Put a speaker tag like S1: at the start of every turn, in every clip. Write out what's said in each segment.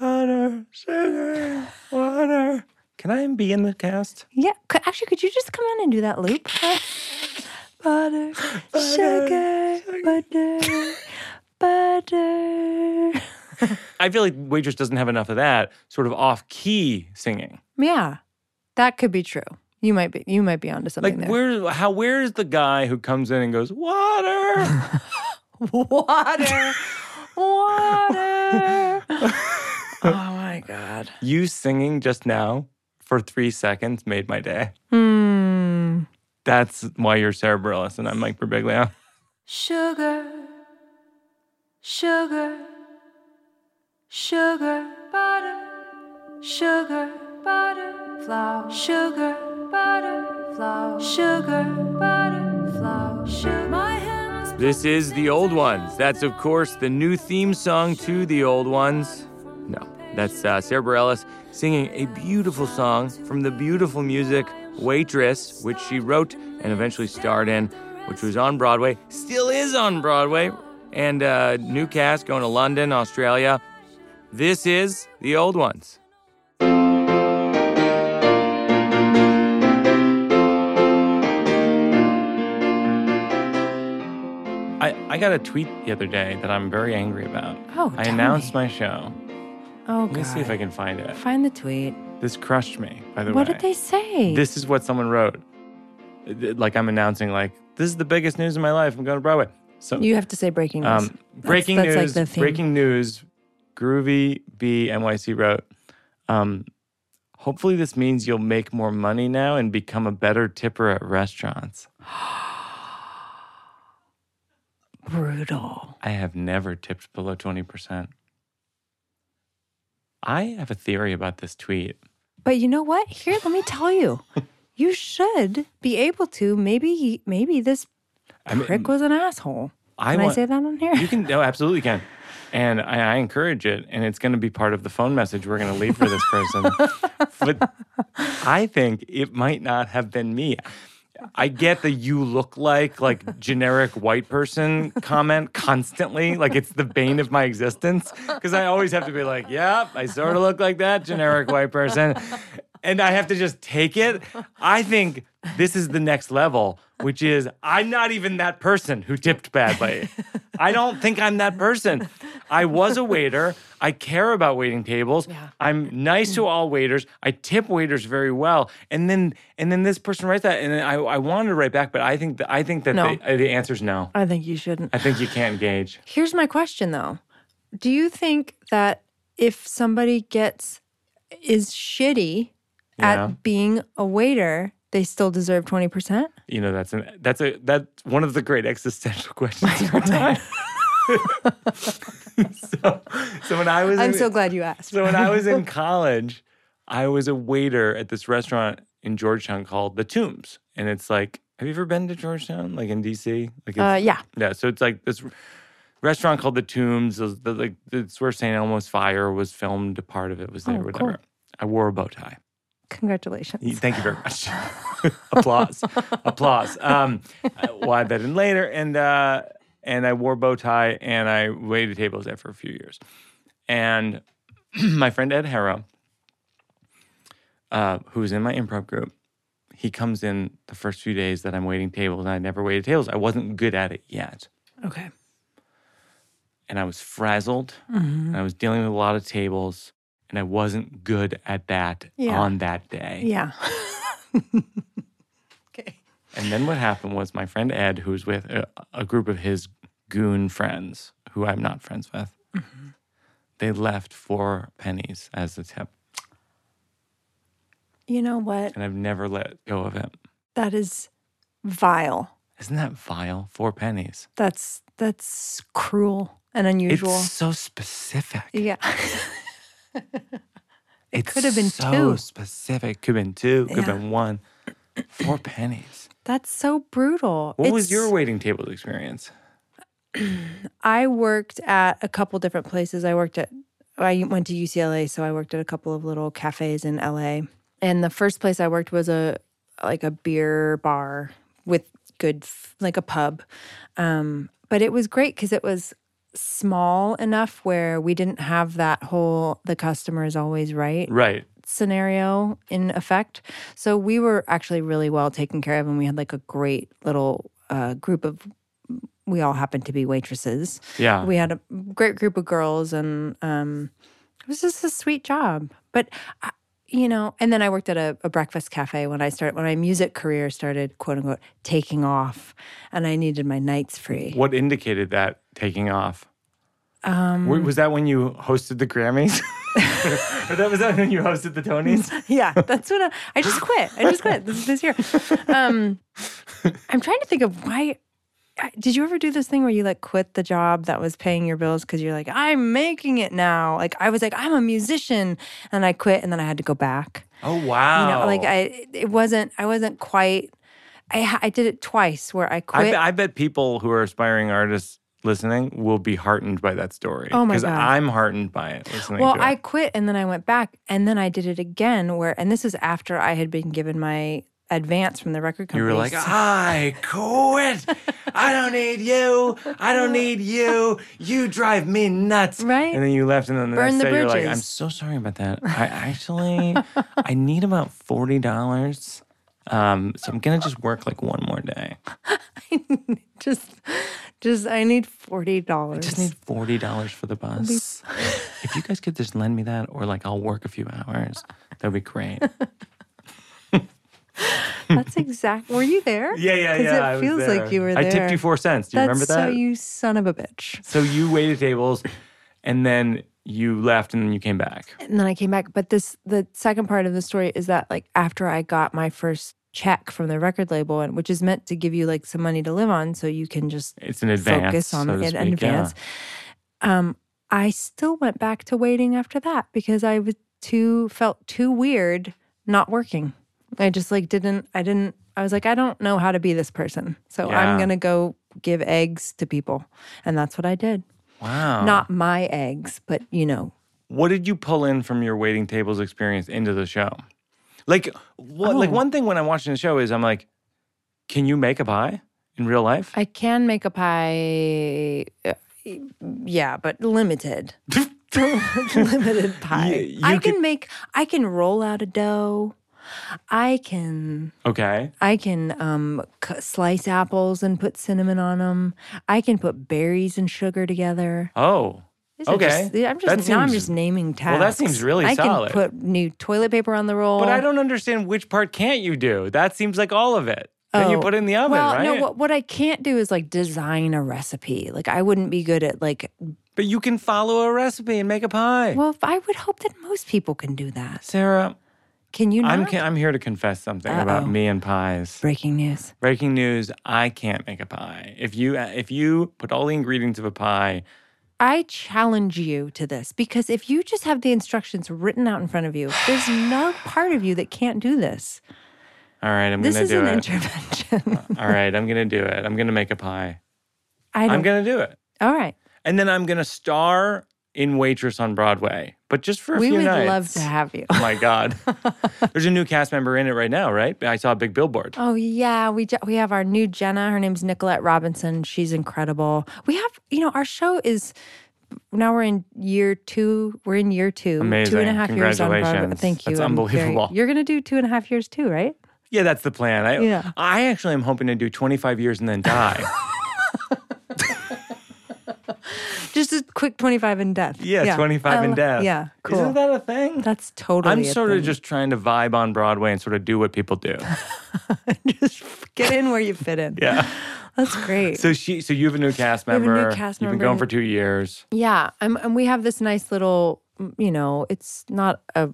S1: water, sugar, water. Can I be in the cast?
S2: Yeah. Could, actually, could you just come on and do that loop? for us? butter, sugar, butter, butter.
S1: I feel like Waitress doesn't have enough of that sort of off key singing.
S2: Yeah, that could be true. You might be you might be onto something
S1: Like
S2: there.
S1: where how where is the guy who comes in and goes, Water?
S2: water, water. oh my god.
S1: you singing just now for three seconds made my day.
S2: Hmm.
S1: That's why you're Sarah Bareilles and I'm Mike Birbiglia.
S2: Sugar, sugar, sugar, butter, sugar, butter, flour, sugar, butter, flour, sugar, butter, flour, sugar. My hands.
S1: This is The Old Ones. That's, of course, the new theme song to The Old Ones. No, that's uh, Sarah Bareilles singing a beautiful song from the beautiful music Waitress, which she wrote and eventually starred in, which was on Broadway, still is on Broadway, and uh, new cast going to London, Australia. This is The Old Ones. I, I got a tweet the other day that I'm very angry about.
S2: Oh,
S1: I
S2: tell
S1: announced
S2: me.
S1: my show.
S2: Oh
S1: Let me see if I can find it.
S2: find the tweet.
S1: This crushed me, by the
S2: What
S1: way.
S2: did they say?
S1: This is what someone wrote. Uh, Like I'm announcing, like this is the biggest news in my life. I'm going to Broadway. So
S2: you have to say breaking news.
S1: um, breaking
S2: that's,
S1: news.
S2: That's like the theme.
S1: breaking news. Groovy B NYC wrote. Um, hopefully this means you'll make more money now and become a better tipper at restaurants.
S2: Brutal.
S1: I have never tipped below twenty percent. I have a theory about this tweet.
S2: But you know what? Here, let me tell you. You should be able to. Maybe, he- maybe this
S1: I mean,
S2: prick was an asshole.
S1: I
S2: Can I,
S1: want-
S2: say that on here?
S1: You can, no, absolutely can. And I, I encourage it. And it's going to be part of the phone message we're going to leave for this person. but I think it might not have been me. I get the you look like, like generic white person comment constantly. Like it's the bane of my existence. Cause I always have to be like, yep, I sort of look like that generic white person. And I have to just take it. I think this is the next level, which is I'm not even that person who tipped badly. I don't think I'm that person. I was a waiter. I care about waiting tables. I'm nice to all waiters. I tip waiters very well. And then and then this person writes that, and then I, I wanted to write back, but I think that I think that
S2: No.
S1: the, uh, the answer is no.
S2: I think you shouldn't.
S1: I think you can't engage.
S2: Here's my question though. Do you think that if somebody gets is shitty
S1: Yeah.
S2: at being a waiter, they still deserve 20%?
S1: You know that's an that's a that's one of the great existential questions of our time. so, so when I was
S2: I'm
S1: in-
S2: so glad you asked.
S1: So when I was in college, I was a waiter at this restaurant in Georgetown called The Tombs, and it's like, have you ever been to Georgetown, like in DC? Like, it's,
S2: uh, yeah.
S1: yeah. So it's like this r- restaurant called The Tombs. Those- the- like it's where St. Elmo's Fire was filmed. A part of it was there,
S2: Oh,
S1: whatever.
S2: cool.
S1: I wore a bow tie. Y-
S2: Congratulations.
S1: Thank you very much. applause, applause. Um, I- well, I bet in later, and uh, and I wore bow tie, and I waited tables there for a few years, and my friend Ed Harrow, uh, who's in my improv group, he comes in the first few days that I'm waiting tables, and I never waited tables. I wasn't good at it yet,
S2: Okay.
S1: and I was frazzled, and I was dealing with a lot of tables, and I wasn't good at that
S2: Yeah.
S1: on that day.
S2: Yeah. okay.
S1: And then what happened was my friend Ed, who was with a, a group of his goon friends, who I'm not friends with,
S2: Mm-hmm.
S1: they left four pennies as the tip.
S2: You know what?
S1: And I've never let go of it.
S2: That is vile.
S1: Isn't that vile? Four pennies.
S2: That's that's cruel and unusual.
S1: It's so specific.
S2: yeah.
S1: it
S2: could have been
S1: so
S2: two.
S1: specific. Could have been two, could have
S2: Yeah.
S1: been one. Four pennies.
S2: That's so brutal.
S1: What was
S2: It's-
S1: your waiting table experience?
S2: I worked at a couple different places. I worked at, I went to UCLA, so I worked at a couple of little cafes in LA. And the first place I worked was a like a beer bar with good, f- like a pub. Um, but it was great because it was small enough where we didn't have that whole the customer is always right
S1: Right.
S2: scenario in effect. So we were actually really well taken care of, and we had like a great little uh, group of. We all happened to be waitresses.
S1: Yeah.
S2: We had a great group of girls, and um, it was just a sweet job. But I, you know, and then I worked at a, a breakfast cafe when I started when my music career started, quote unquote, taking off, and I needed my nights free.
S1: what indicated that taking off? Um, was that when you hosted the Grammys? or that was that when you hosted the Tonys?
S2: yeah, that's what I, I just quit. I just quit this, this year. Um, I'm trying to think of why. I- Did you ever do this thing where you like quit the job that was paying your bills because you're like, I'm making it now? Like, I was like, I'm a musician, and I quit, and then I had to go back.
S1: Oh wow!
S2: You know, like I, it wasn't, I wasn't quite. I ha- I did it twice where I
S1: I,
S2: quit.
S1: bet, I bet people who are aspiring artists listening will be heartened by that story.
S2: Oh, my
S1: Because
S2: God.
S1: I'm heartened by it. Listening
S2: Well,
S1: to
S2: I
S1: it.
S2: quit and then I went back and then I did it again where and this is after I had been given my advance from the record company.
S1: you were like,
S2: so-
S1: I quit. I don't need you. I don't need you. You drive me nuts.
S2: Right?
S1: And then you left, and then the
S2: Burn
S1: next day
S2: the
S1: you're like,
S2: bridges.
S1: I'm so sorry about that. I actually, I need about forty dollars. Um, so I'm gonna just work like one more day.
S2: just just I need forty
S1: "Ah." Just
S2: dollars.
S1: need forty dollars for the bus. if you guys could just lend me that, or like I'll work a few hours, that'd be great.
S2: That's exact. Were you there?
S1: Yeah, yeah,
S2: 'Cause
S1: yeah. I
S2: It
S1: was
S2: feels
S1: there.
S2: like you were there.
S1: I tipped you four cents. Do you
S2: That's
S1: remember that?
S2: so you son of a bitch.
S1: so you waited tables, and then you left, and then you came back.
S2: And then I came back. But this the second part of the story is that like after I got my first check from the record label, and which is meant to give you like some money to live on, so you can just
S1: It's an advance.
S2: focus on
S1: so
S2: it
S1: to
S2: in
S1: speak,
S2: advance. Um, I still went back to waiting after that because I was too felt too weird not working. I just like didn't I didn't I was like I don't know how to be this person. So
S1: Yeah.
S2: I'm going to go give eggs to people. And that's what I did.
S1: Yeah. Wow.
S2: Not my eggs, but you know,
S1: what did you pull in from your waiting tables experience into the show? Like, what, like
S2: Oh.
S1: one thing when I'm watching the show is I'm like, can you make a pie in real life?
S2: I can make a pie uh, yeah, but limited. limited pie.
S1: You- you
S2: I
S1: could-
S2: can make I can roll out a dough. I can
S1: okay.
S2: I can um, c- slice apples and put cinnamon on them. I can put berries and sugar together.
S1: Oh.
S2: These are just-
S1: Okay.
S2: I'm
S1: That
S2: just now. I'm
S1: seems-
S2: just naming tasks.
S1: well, that seems really
S2: I
S1: solid.
S2: can put new toilet paper on the roll.
S1: But I don't understand which part can't you do. That seems like all of it. Then you
S2: Oh.
S1: put it in the oven,
S2: Well,
S1: right?
S2: no. What, what I can't do is like design a recipe. Like I wouldn't be good at like.
S1: But you can follow a recipe and make a pie.
S2: Well, if I would hope that most people can do that.
S1: Sarah,
S2: Can you? Not?
S1: I'm ca- I'm here to confess something about
S2: Uh-oh.
S1: me and pies.
S2: Breaking news.
S1: Breaking news: I can't make a pie. If you uh, if you put all the ingredients of a pie,
S2: I challenge you to this because if you just have the instructions written out in front of you, there's no part of you that can't do this.
S1: all right, I'm
S2: This
S1: gonna
S2: is
S1: do
S2: an
S1: it.
S2: intervention.
S1: all right, I'm gonna do it. I'm gonna make a pie.
S2: I don't.
S1: I'm gonna do it,
S2: all right.
S1: and then I'm gonna star in Waitress on Broadway, but just for a
S2: We
S1: few
S2: would
S1: nights.
S2: love to have you.
S1: Oh my God, there's a new cast member in it right now, right? I saw a big billboard.
S2: Oh yeah, we ju- we have our new Jenna. Her name's Nicolette Robinson. She's incredible. We have you know our show is now we're in year two. We're in year two. Two and a
S1: Amazing.
S2: half years on Broadway.
S1: Congratulations.
S2: Thank you.
S1: That's
S2: I'm very-
S1: unbelievable.
S2: you're gonna do two and a half years too, right?
S1: Yeah, that's the plan. I
S2: Yeah.
S1: I actually am hoping to do 25 years and then die.
S2: Just a quick twenty five in death.
S1: Yeah, 25 and
S2: Um,
S1: death.
S2: Yeah, cool.
S1: Isn't that a thing?
S2: That's totally.
S1: I'm
S2: a
S1: sort of
S2: thing.
S1: just trying to vibe on Broadway and sort of do what people do.
S2: just get in where you fit in.
S1: Yeah.
S2: That's great.
S1: So she, so you have a new cast
S2: have a new
S1: member.
S2: cast
S1: You've been
S2: member
S1: going
S2: who-
S1: for two years.
S2: Yeah, um, and we have this nice little, mm, you know, it's not a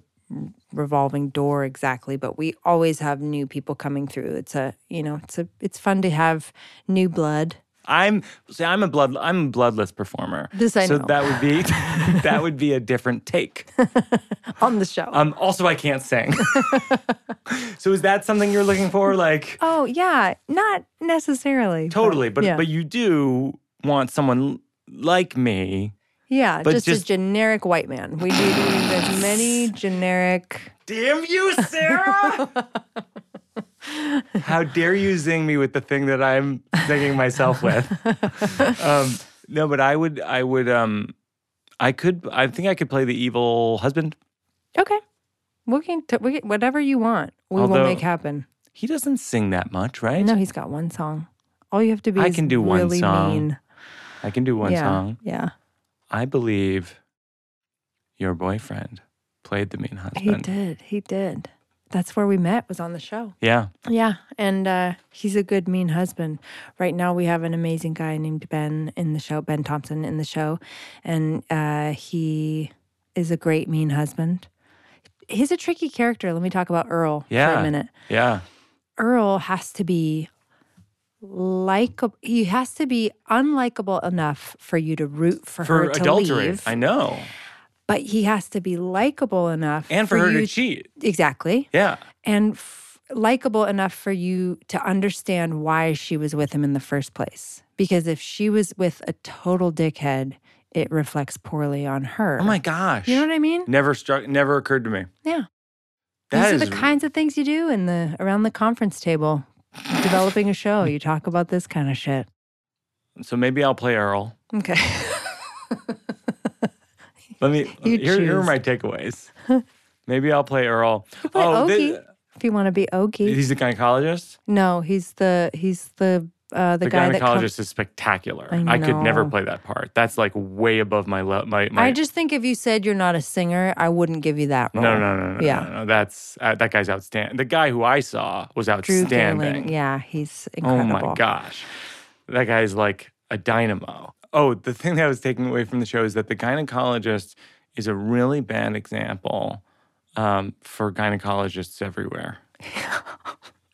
S2: revolving door exactly, but we always have new people coming through. It's a, you know, it's a, it's fun to have new blood.
S1: I'm see, I'm a blood, I'm a bloodless performer.
S2: This I
S1: so
S2: know.
S1: that would be, that would be a different take.
S2: on the show.
S1: Um, also, I can't sing. so is that something you're looking for? Like
S2: oh yeah, not necessarily. but-
S1: totally, but
S2: yeah.
S1: but you do want someone like me.
S2: yeah,
S1: but
S2: just,
S1: just-
S2: a generic white man. We need as many generic.
S1: Damn you, Sarah! How dare you zing me with the thing that I'm zinging myself with? Um, No, but I would, I would, um, I could, I think I could play the evil husband.
S2: Okay. We can, t- we can whatever you want, we
S1: Although-
S2: will make happen.
S1: He doesn't sing that much, right?
S2: No, he's got one song. All you have to be
S1: I
S2: is
S1: can do one
S2: really
S1: song.
S2: mean.
S1: I can do one
S2: yeah,
S1: song.
S2: Yeah.
S1: I believe your boyfriend played the mean husband.
S2: He did. He did. That's where we met, was on the show.
S1: Yeah.
S2: Yeah. And uh, he's a good, mean husband. Right now, we have an amazing guy named Ben in the show, Ben Thompson in the show. And uh, he is a great, mean husband. He's a tricky character. Let me talk about Earl for
S1: Yeah.
S2: a minute.
S1: Yeah.
S2: Earl has to be like he has to be unlikable enough for you to root for,
S1: For
S2: her to
S1: adultery.
S2: leave,
S1: I know.
S2: but he has to be likable enough
S1: And for, her
S2: you
S1: to cheat.
S2: exactly
S1: Yeah.
S2: and f- likable enough for you to understand why she was with him in the first place. Because if she was with a total dickhead, it reflects poorly on her.
S1: Oh my gosh.
S2: You know what I mean?
S1: never struck, never occurred to me.
S2: Yeah.
S1: That is
S2: These are the kinds of things you do in the around the conference table, developing a show. You talk about this kind of shit.
S1: so maybe I'll play Earl.
S2: Okay.
S1: Let me,
S2: You
S1: here, here are
S2: choose.
S1: my takeaways. maybe I'll play Earl. Oh,
S2: play
S1: thi-
S2: Okie. if you want to be Okie,
S1: he's a gynecologist.
S2: no, he's the he's the uh, the,
S1: The,
S2: guy
S1: gynecologist
S2: that comes.
S1: is spectacular.
S2: I
S1: I, could never
S2: know.
S1: play that part. That's like way above my le- my, my
S2: I just think if you said you're not a singer, I wouldn't give you that role.
S1: No, no, no, no,
S2: Yeah.
S1: no, no. That's uh, that guy's outstanding. The guy who I saw was
S2: Drew
S1: outstanding.
S2: Gerling. Yeah, he's
S1: oh
S2: incredible.
S1: my gosh, that guy's like a dynamo. Oh, the thing that I was taking away from the show is that the gynecologist is a really bad example um, for gynecologists everywhere.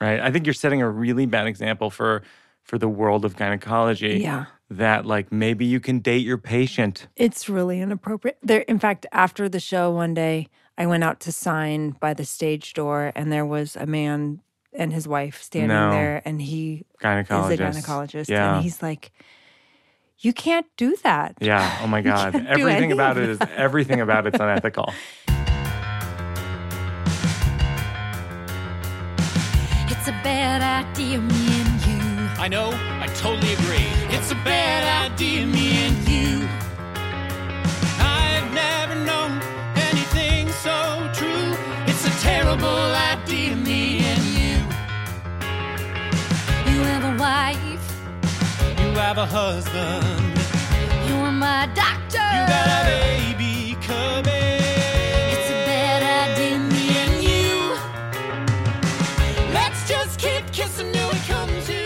S1: right? I think you're setting a really bad example for for the world of gynecology.
S2: Yeah.
S1: That like maybe you can date your patient.
S2: It's really inappropriate. There, in fact, after the show one day, I went out to sign by the stage door, and there was a man and his wife standing
S1: No.
S2: there, and he
S1: Gynecologist.
S2: is a gynecologist,
S1: Yeah.
S2: and he's like, "You can't do that."
S1: Yeah. Oh my God.
S2: can't do
S1: Everything
S2: any
S1: about
S2: of
S1: it is everything about it's unethical.
S3: It's a bad idea, me and you.
S4: I know, I totally agree. It's a bad idea, me and you. I've never known anything so true. It's a terrible idea, me and you.
S3: You have a wife.
S4: You have a husband,
S3: You're my doctor.
S4: you got a baby coming.
S3: It's a bad idea, me and you.
S4: Let's just keep kissing till it comes to.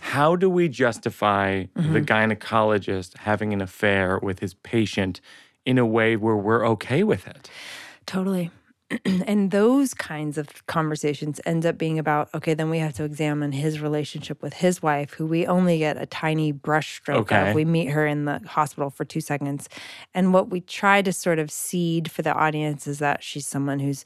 S1: How do we justify the gynecologist having an affair with his patient in a way where we're okay with it?
S2: Totally. and those kinds of conversations end up being about okay, then we have to examine his relationship with his wife, who we only get a tiny brushstroke
S1: Okay.
S2: of. We meet her in the hospital for two seconds. And what we try to sort of seed for the audience is that she's someone who's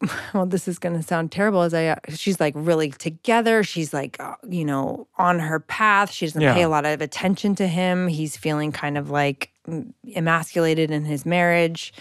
S2: well, this is going to sound terrible as I, uh, she's like really together. She's like, uh, you know, on her path. She doesn't
S1: Yeah.
S2: pay a lot of attention to him. He's feeling kind of like mm, emasculated in his marriage.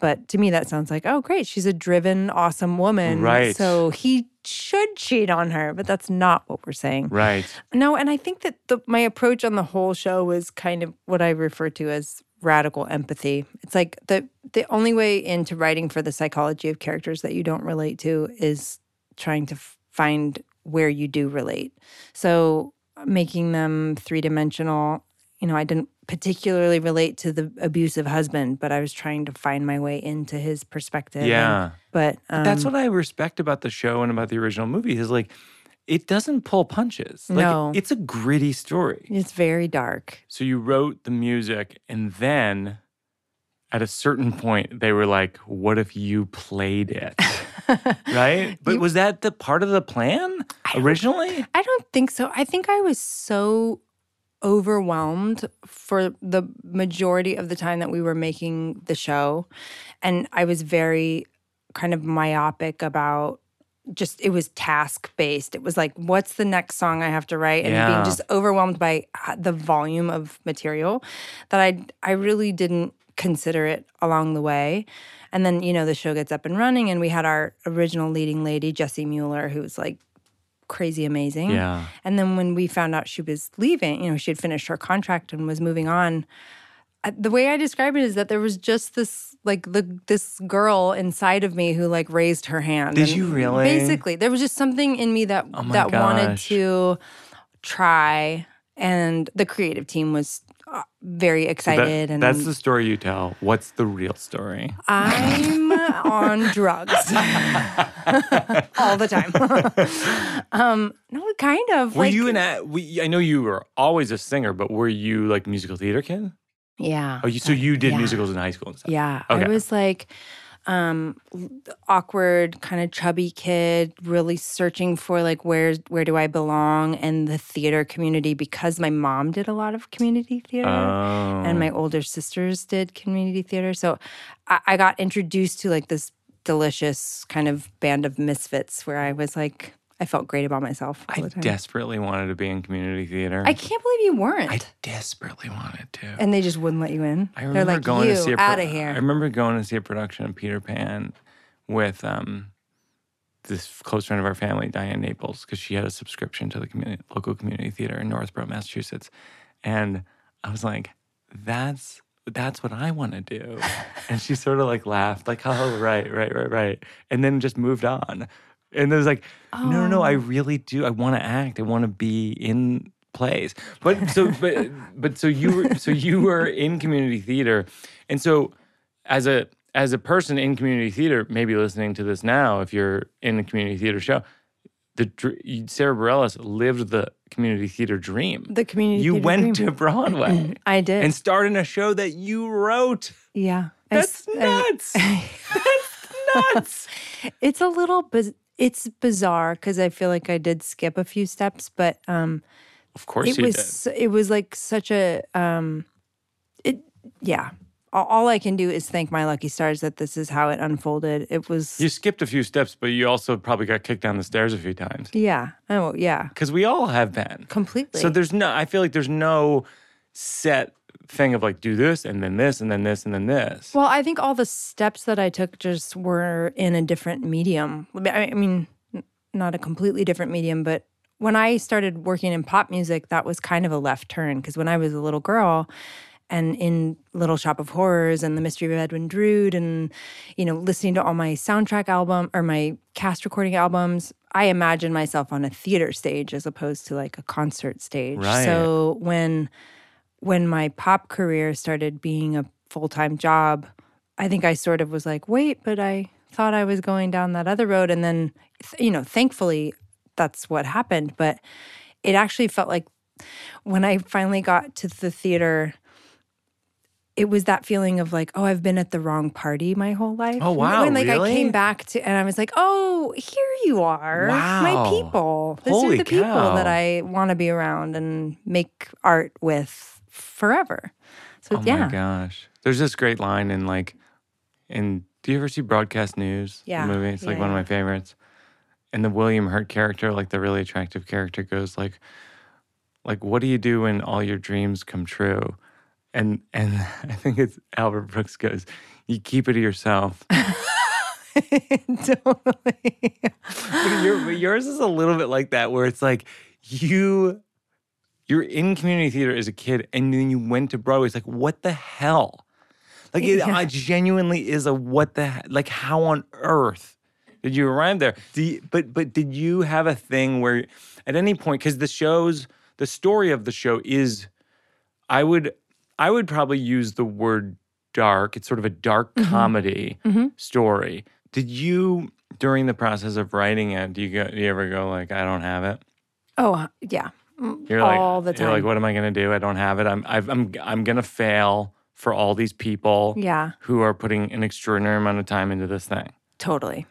S2: But to me, that sounds like, oh, great. She's a driven, awesome woman.
S1: Right.
S2: So he should cheat on her, but that's not what we're saying.
S1: Right.
S2: No, and I think that the, my approach on the whole show was kind of what I refer to as radical empathy. It's like the the only way into writing for the psychology of characters that you don't relate to is trying to f- find where you do relate. So uh, making them three dimensional. You know, I didn't particularly relate to the abusive husband, but I was trying to find my way into his perspective. and-
S1: Yeah.
S2: but um,
S1: That's what I respect about the show and about the original movie is like it doesn't pull punches. Like
S2: No.
S1: it's a gritty story.
S2: it's very dark.
S1: So you wrote the music and then at a certain point they were like, what if you played it? right? But was that the part of the plan originally?
S2: I don't think so. I think I was so overwhelmed for the majority of the time that we were making the show. And I was very kind of myopic about just it was task based. It was like, what's the next song I have to write? And
S1: Yeah.
S2: being just overwhelmed by uh, the volume of material that I I really didn't consider it along the way. And then, you know, the show gets up and running and we had our original leading lady, Jessie Mueller, who was like crazy amazing.
S1: Yeah.
S2: And then when we found out she was leaving, you know, she had finished her contract and was moving on. I- The way I describe it is that there was just this like the this girl inside of me who like raised her hand.
S1: Did
S2: and
S1: you really? Oh
S2: Basically, there was just something in me that
S1: my
S2: that wanted
S1: gosh.
S2: to try, and the creative team was uh, very
S1: That-
S2: excited. and
S1: that's the story you tell. What's the real story?
S2: I'm on drugs all the time. um, no, kind of.
S1: were
S2: like,
S1: you an? a- We, I know you were always a singer, but were you like a musical theater kid?
S2: Yeah.
S1: Oh, you, so you did
S2: Uh, yeah.
S1: musicals in high school and stuff.
S2: Yeah.
S1: Okay.
S2: I was like um l- awkward kind of chubby kid really searching for like where where do I belong in the theater community because my mom did a lot of community theater
S1: Oh.
S2: and my older sisters did community theater so I, I got introduced to like this delicious kind of band of misfits where I was like I felt great about myself all
S1: I
S2: the time.
S1: desperately wanted to be in community theater.
S2: I can't believe you weren't.
S1: I desperately wanted to.
S2: and they just wouldn't let you in.
S1: I remember
S2: They're like
S1: going
S2: you
S1: to see a pro-
S2: out of here.
S1: I remember going to see a production of Peter Pan with um, this close friend of our family, Diane Naples, because she had a subscription to the community, local community theater in Northborough, Massachusetts, and I was like, "That's that's what I want to do," and she sort of like laughed, like, "Oh, right, right, right, right," and then just moved on. And it was like, no, no, no, I really do. I want to act. I want to be in plays. But so, but but so you were so you were in community theater, and so as a as a person in community theater, maybe listening to this now, if you're in a community theater show, the dr- you- Sarah Bareilles lived the community theater dream.
S2: the community.
S1: you
S2: theater
S1: went
S2: dream.
S1: to Broadway
S2: I did.
S1: and starred in a show that you wrote.
S2: yeah. I
S1: That's
S2: s- I-
S1: nuts. That's nuts.
S2: it's a little biz- it's bizarre because I feel like I did skip a few steps, but um,
S1: Of course
S2: it
S1: you
S2: was
S1: did.
S2: s- it was like such a um, it yeah. All, all I can do is thank my lucky stars that this is how it unfolded. It was
S1: You skipped a few steps, but you also probably got kicked down the stairs a few times.
S2: yeah oh yeah
S1: Because we all have been.
S2: completely.
S1: So there's no, I feel like there's no set thing of like do this and then this and then this and then this.
S2: Well, I think all the steps that I took just were in a different medium. I mean- I mean, n- not a completely different medium, but when I started working in pop music, that was kind of a left turn because when I was a little girl and in Little Shop of Horrors and The Mystery of Edwin Drood and you know, listening to all my soundtrack album or my cast recording albums, I imagined myself on a theater stage as opposed to like a concert stage.
S1: Right.
S2: So when when my pop career started being a full time job, I think I sort of was like, wait, but I thought I was going down that other road. And then, th- you know, thankfully that's what happened. But it actually felt like when I finally got to the theater, it was that feeling of like, oh, I've been at the wrong party my whole life.
S1: Oh, wow,
S2: When like
S1: really?
S2: I came back to, and I was like, oh, here you are,
S1: Wow.
S2: my people. These
S1: Holy
S2: are the people that
S1: cow.
S2: I want to be around and make art with forever. So
S1: oh
S2: yeah,
S1: my gosh. There's this great line in like, in, do you ever see Broadcast News?
S2: Yeah.
S1: The movie? It's like
S2: Yeah,
S1: one of
S2: yeah.
S1: my favorites. And the William Hurt character, like the really attractive character, goes like, like, what do you do when all your dreams come true? And and I think it's Albert Brooks goes, you keep it to yourself.
S2: totally.
S1: But your, but yours is a little bit like that, where it's like you you're in community theater as a kid, and then you went to Broadway. It's like what the hell? Like it
S2: Yeah.
S1: uh, genuinely is a what the he- like how on earth did you arrive there? Do you- but but did you have a thing where at any point because the shows the story of the show is I would I would probably use the word dark. It's sort of a dark
S2: Mm-hmm.
S1: comedy story. Did you during the process of writing it, do you go do you ever go like I don't have it?
S2: Oh yeah, Mm,
S1: You're like
S2: all the time.
S1: You're like what am I going to do? I don't have it. I'm I've, I'm I'm going to fail for all these people
S2: yeah,
S1: who are putting an extraordinary amount of time into this thing.
S2: totally.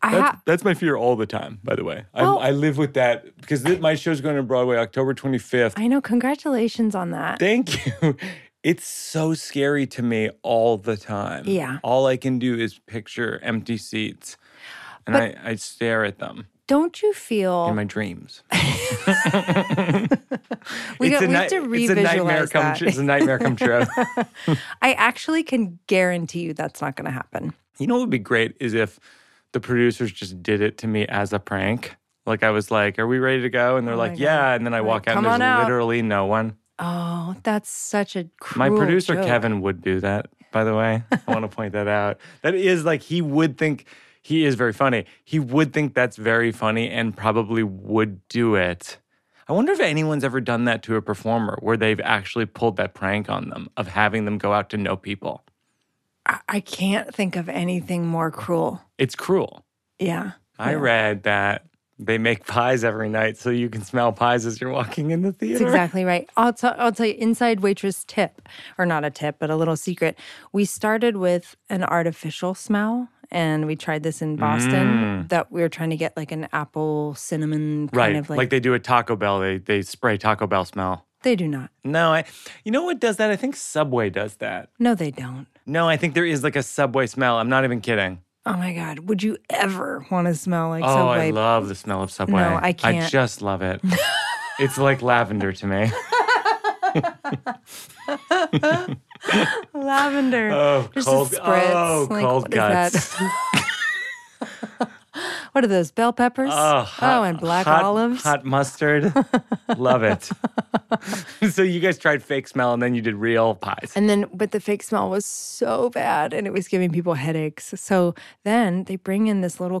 S2: I
S1: That's,
S2: ha-
S1: that's my fear all the time, by the way.
S2: Well-
S1: I, I live with that because thi- my show's going to Broadway October 25th.
S2: I know. Congratulations on that.
S1: Thank you. It's so scary to me all the time.
S2: Yeah.
S1: All I can do is picture empty seats and I, I stare at them
S2: Don't you feel
S1: in my dreams.
S2: we,
S1: it's
S2: got,
S1: a
S2: we have
S1: ni-
S2: to
S1: it's a nightmare
S2: revisualize
S1: come
S2: that?
S1: tr- it's a nightmare come true.
S2: I actually can guarantee you that's not going to happen.
S1: you know what would be great is if the producers just did it to me as a prank. Like I was like, "Are we ready to go?" And they're
S2: Oh my
S1: like,
S2: God.
S1: "Yeah." And then I
S2: Like,
S1: walk out,
S2: "Come
S1: and there's
S2: on out."
S1: literally no one.
S2: Oh, that's such a
S1: My
S2: cruel
S1: producer
S2: joke.
S1: Kevin would do that, by the way. I want to point that out. That is like he would think he is very funny. He would think that's very funny and probably would do it. I wonder if anyone's ever done that to a performer where they've actually pulled that prank on them of having them go out to know people.
S2: I, I can't think of anything more cruel.
S1: It's cruel.
S2: Yeah.
S1: I read that they make pies every night so you can smell pies as you're walking in the
S2: That's
S1: theater.
S2: exactly right. I'll, t- I'll tell you, inside waitress tip, or not a tip, but a little secret. We started with an artificial smell, and we tried this in Boston that we were trying to get like an apple cinnamon kind
S1: Mm. Right.
S2: of like.
S1: like they do at Taco Bell, they they spray Taco Bell smell.
S2: they do not.
S1: No, I you know what does that? I think Subway does that.
S2: No, they don't.
S1: No, I think there is like a subway smell. I'm not even kidding.
S2: Oh my God. Would you ever want to smell like
S1: oh, I
S2: Subway?
S1: love the smell of subway.
S2: No, I
S1: I
S2: can't.
S1: just love it. it's like lavender to me.
S2: Lavender.
S1: Oh,
S2: Just
S1: cold.
S2: a spritz.
S1: Oh,
S2: Like,
S1: cold
S2: what is that?
S1: guts. Oh,
S2: what are those? Bell peppers?
S1: Oh, hot-
S2: and black
S1: hot-
S2: olives.
S1: Hot mustard. love it. so you guys tried fake smell and then you did real pies.
S2: And then, but the fake smell was so bad and it was giving people headaches. So then they bring in this little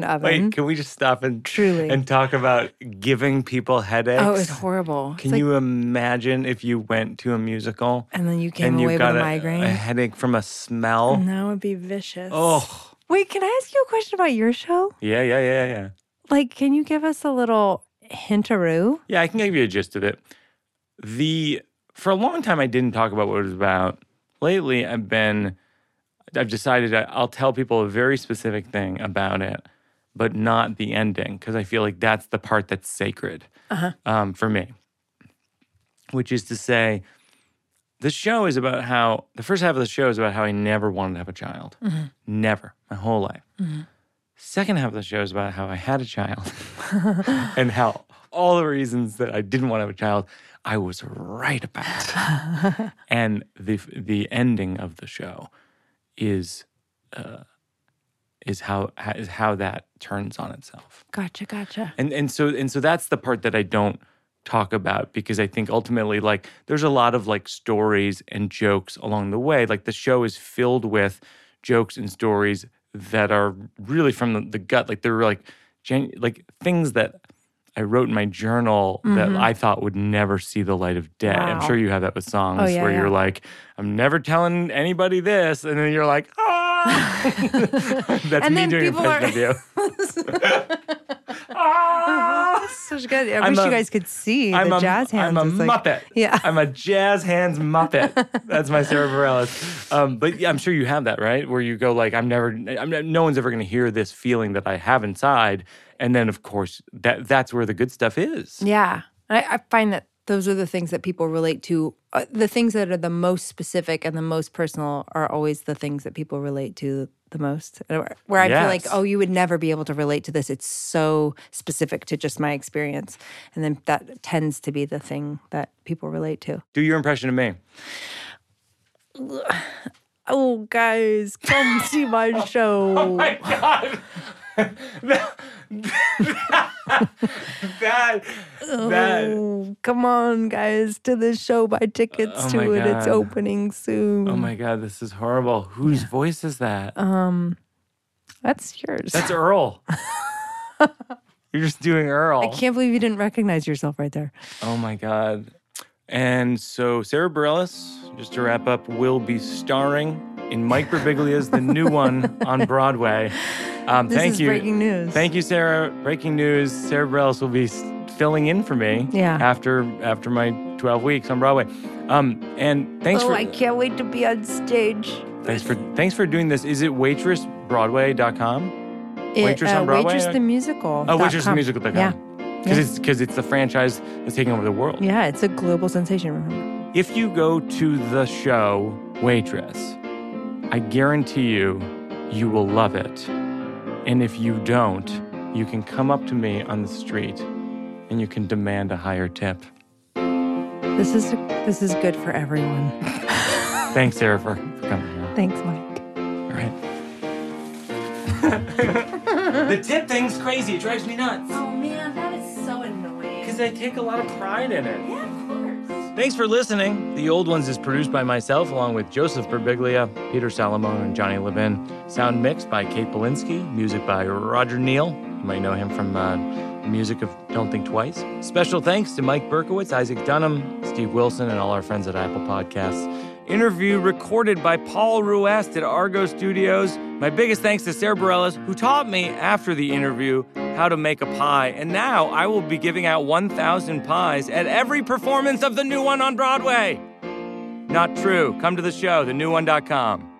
S1: Wait,
S2: oven.
S1: can we just stop and
S2: Truly.
S1: and talk about giving people headaches?
S2: oh, it was horrible.
S1: Can
S2: it's like,
S1: you imagine if you went to a musical
S2: and then you came
S1: and you
S2: away with
S1: got
S2: a,
S1: a,
S2: migraine.
S1: a headache from a smell?
S2: and that would be vicious.
S1: Oh,
S2: Wait, can I ask you a question about your show?
S1: yeah, yeah, yeah, yeah.
S2: Like, can you give us a little hintaroo?
S1: Yeah, I can give you a gist of it. The for a long time I didn't talk about what it was about. Lately, I've been I've decided I- I'll tell people a very specific thing about it, but not the ending because I feel like that's the part that's sacred um, for me. Which is to say, the show is about how the first half of the show is about how I never wanted to have a child, never my whole life. Second half of the show is about how I had a child and how all the reasons that I didn't want to have a child, I was right about. and the the ending of the show is uh, is how is how that turns on itself.
S2: Gotcha, gotcha.
S1: And and so and so that's the part that I don't talk about because I think ultimately like there's a lot of like stories and jokes along the way. Like the show is filled with jokes and stories that are really from the, the gut. Like they're like gen- like things that I wrote in my journal that I thought would never see the light of day. I'm
S2: Mm-hmm. Wow.
S1: sure you have that with songs
S2: Oh, yeah,
S1: where you're
S2: yeah.
S1: like, I'm never telling anybody this, and then you're like, ah. That's
S2: And
S1: me
S2: then
S1: doing
S2: people
S1: impression
S2: are-
S1: of you.
S2: Such good. I
S1: I'm
S2: wish
S1: a-
S2: you guys could see
S1: I'm
S2: the
S1: a,
S2: jazz hands.
S1: I'm a
S2: It's like-
S1: Muppet.
S2: Yeah.
S1: I'm a jazz hands Muppet. That's my Sarah Bareilles. Um, but yeah, I'm sure you have that, right? Where you go like, I'm never, I'm, ne- no one's ever going to hear this feeling that I have inside. And then, of course, that that's where the good stuff is.
S2: Yeah. I, I find that those are the things that people relate to. Uh, the things that are the most specific and the most personal are always the things that people relate to the most. Where where I feel like,
S1: Yes.
S2: oh, you would never be able to relate to this. It's so specific to just my experience. And then that tends to be the thing that people relate to.
S1: Do your impression of me.
S2: Oh, guys, come see Oh, my show.
S1: My God. that, that, that,
S2: Oh, come on, guys, to this show. Buy tickets
S1: Oh
S2: to
S1: my
S2: it. It's
S1: God.
S2: opening soon.
S1: oh my God, this is horrible. Whose voice is that?
S2: Uh. That's yours.
S1: That's Earl. You're just doing Earl.
S2: I can't believe you didn't recognize yourself right there.
S1: Oh my God. And so Sarah Bareilles, just to wrap up, will be starring in Mike Birbiglia's The New One on Broadway. Um,
S2: This
S1: thank
S2: is
S1: you.
S2: breaking news.
S1: Thank you, Sarah. Breaking news: Sarah Bareilles will be s- filling in for me.
S2: Yeah.
S1: After after my 12 weeks on Broadway. Um, and thanks
S2: oh,
S1: for
S2: I can't wait to be on stage.
S1: thanks for thanks for doing this. Is it waitressbroadway.com? Waitress on Broadway?
S2: uh, Waitress the musical.
S1: Oh,
S2: dot com.
S1: waitressmusical.com.
S2: Yeah.
S1: Because it's because it's the franchise that's taking over the world.
S2: Yeah, it's a global sensation, remember?
S1: If you go to the show Waitress, I guarantee you, you will love it. And if you don't, you can come up to me on the street and you can demand a higher tip.
S2: This is this is good for everyone.
S1: Thanks, Sarah, for, for coming here.
S2: Thanks, Mike.
S1: All right. The tip thing's crazy. It drives me nuts
S2: Oh man, that is so annoying.
S1: because I take a lot of pride in it.
S2: Yeah, of course.
S1: Thanks for listening. The Old Ones is produced by myself, along with Joseph Berbiglia, Peter Salomon, and Johnny Levin. Sound mixed by Kate Balinski. Music by Roger Neal. You might know him from uh, the music of Don't Think Twice. Special thanks to Mike Berkowitz, Isaac Dunham, Steve Wilson, and all our friends at Apple Podcasts. Interview recorded by Paul Ruest at Argo Studios. My biggest thanks to Sarah Bareilles, who taught me after the interview how to make a pie. And now I will be giving out 1,000 pies at every performance of the new one on Broadway. Not true. Come to the show, thenewone.com.